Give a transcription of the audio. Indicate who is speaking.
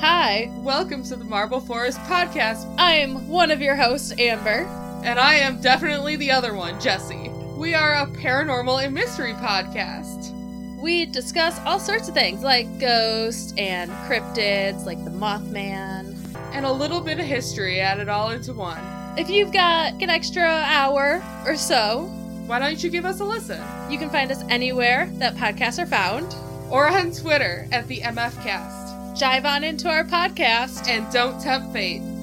Speaker 1: Hi, welcome to the Marble Forest podcast. I'm one of your hosts, Amber. And I am definitely the other one, Jesse. We are a paranormal and mystery podcast.
Speaker 2: We discuss all sorts of things like ghosts and cryptids, like the Mothman.
Speaker 1: And a little bit of history added all into one.
Speaker 2: If you've got an extra hour or so,
Speaker 1: Why don't you give us a listen?
Speaker 2: you can find us anywhere that podcasts are found.
Speaker 1: Or on Twitter at the MFcast.
Speaker 2: Jive on into our podcast.
Speaker 1: And don't tempt fate.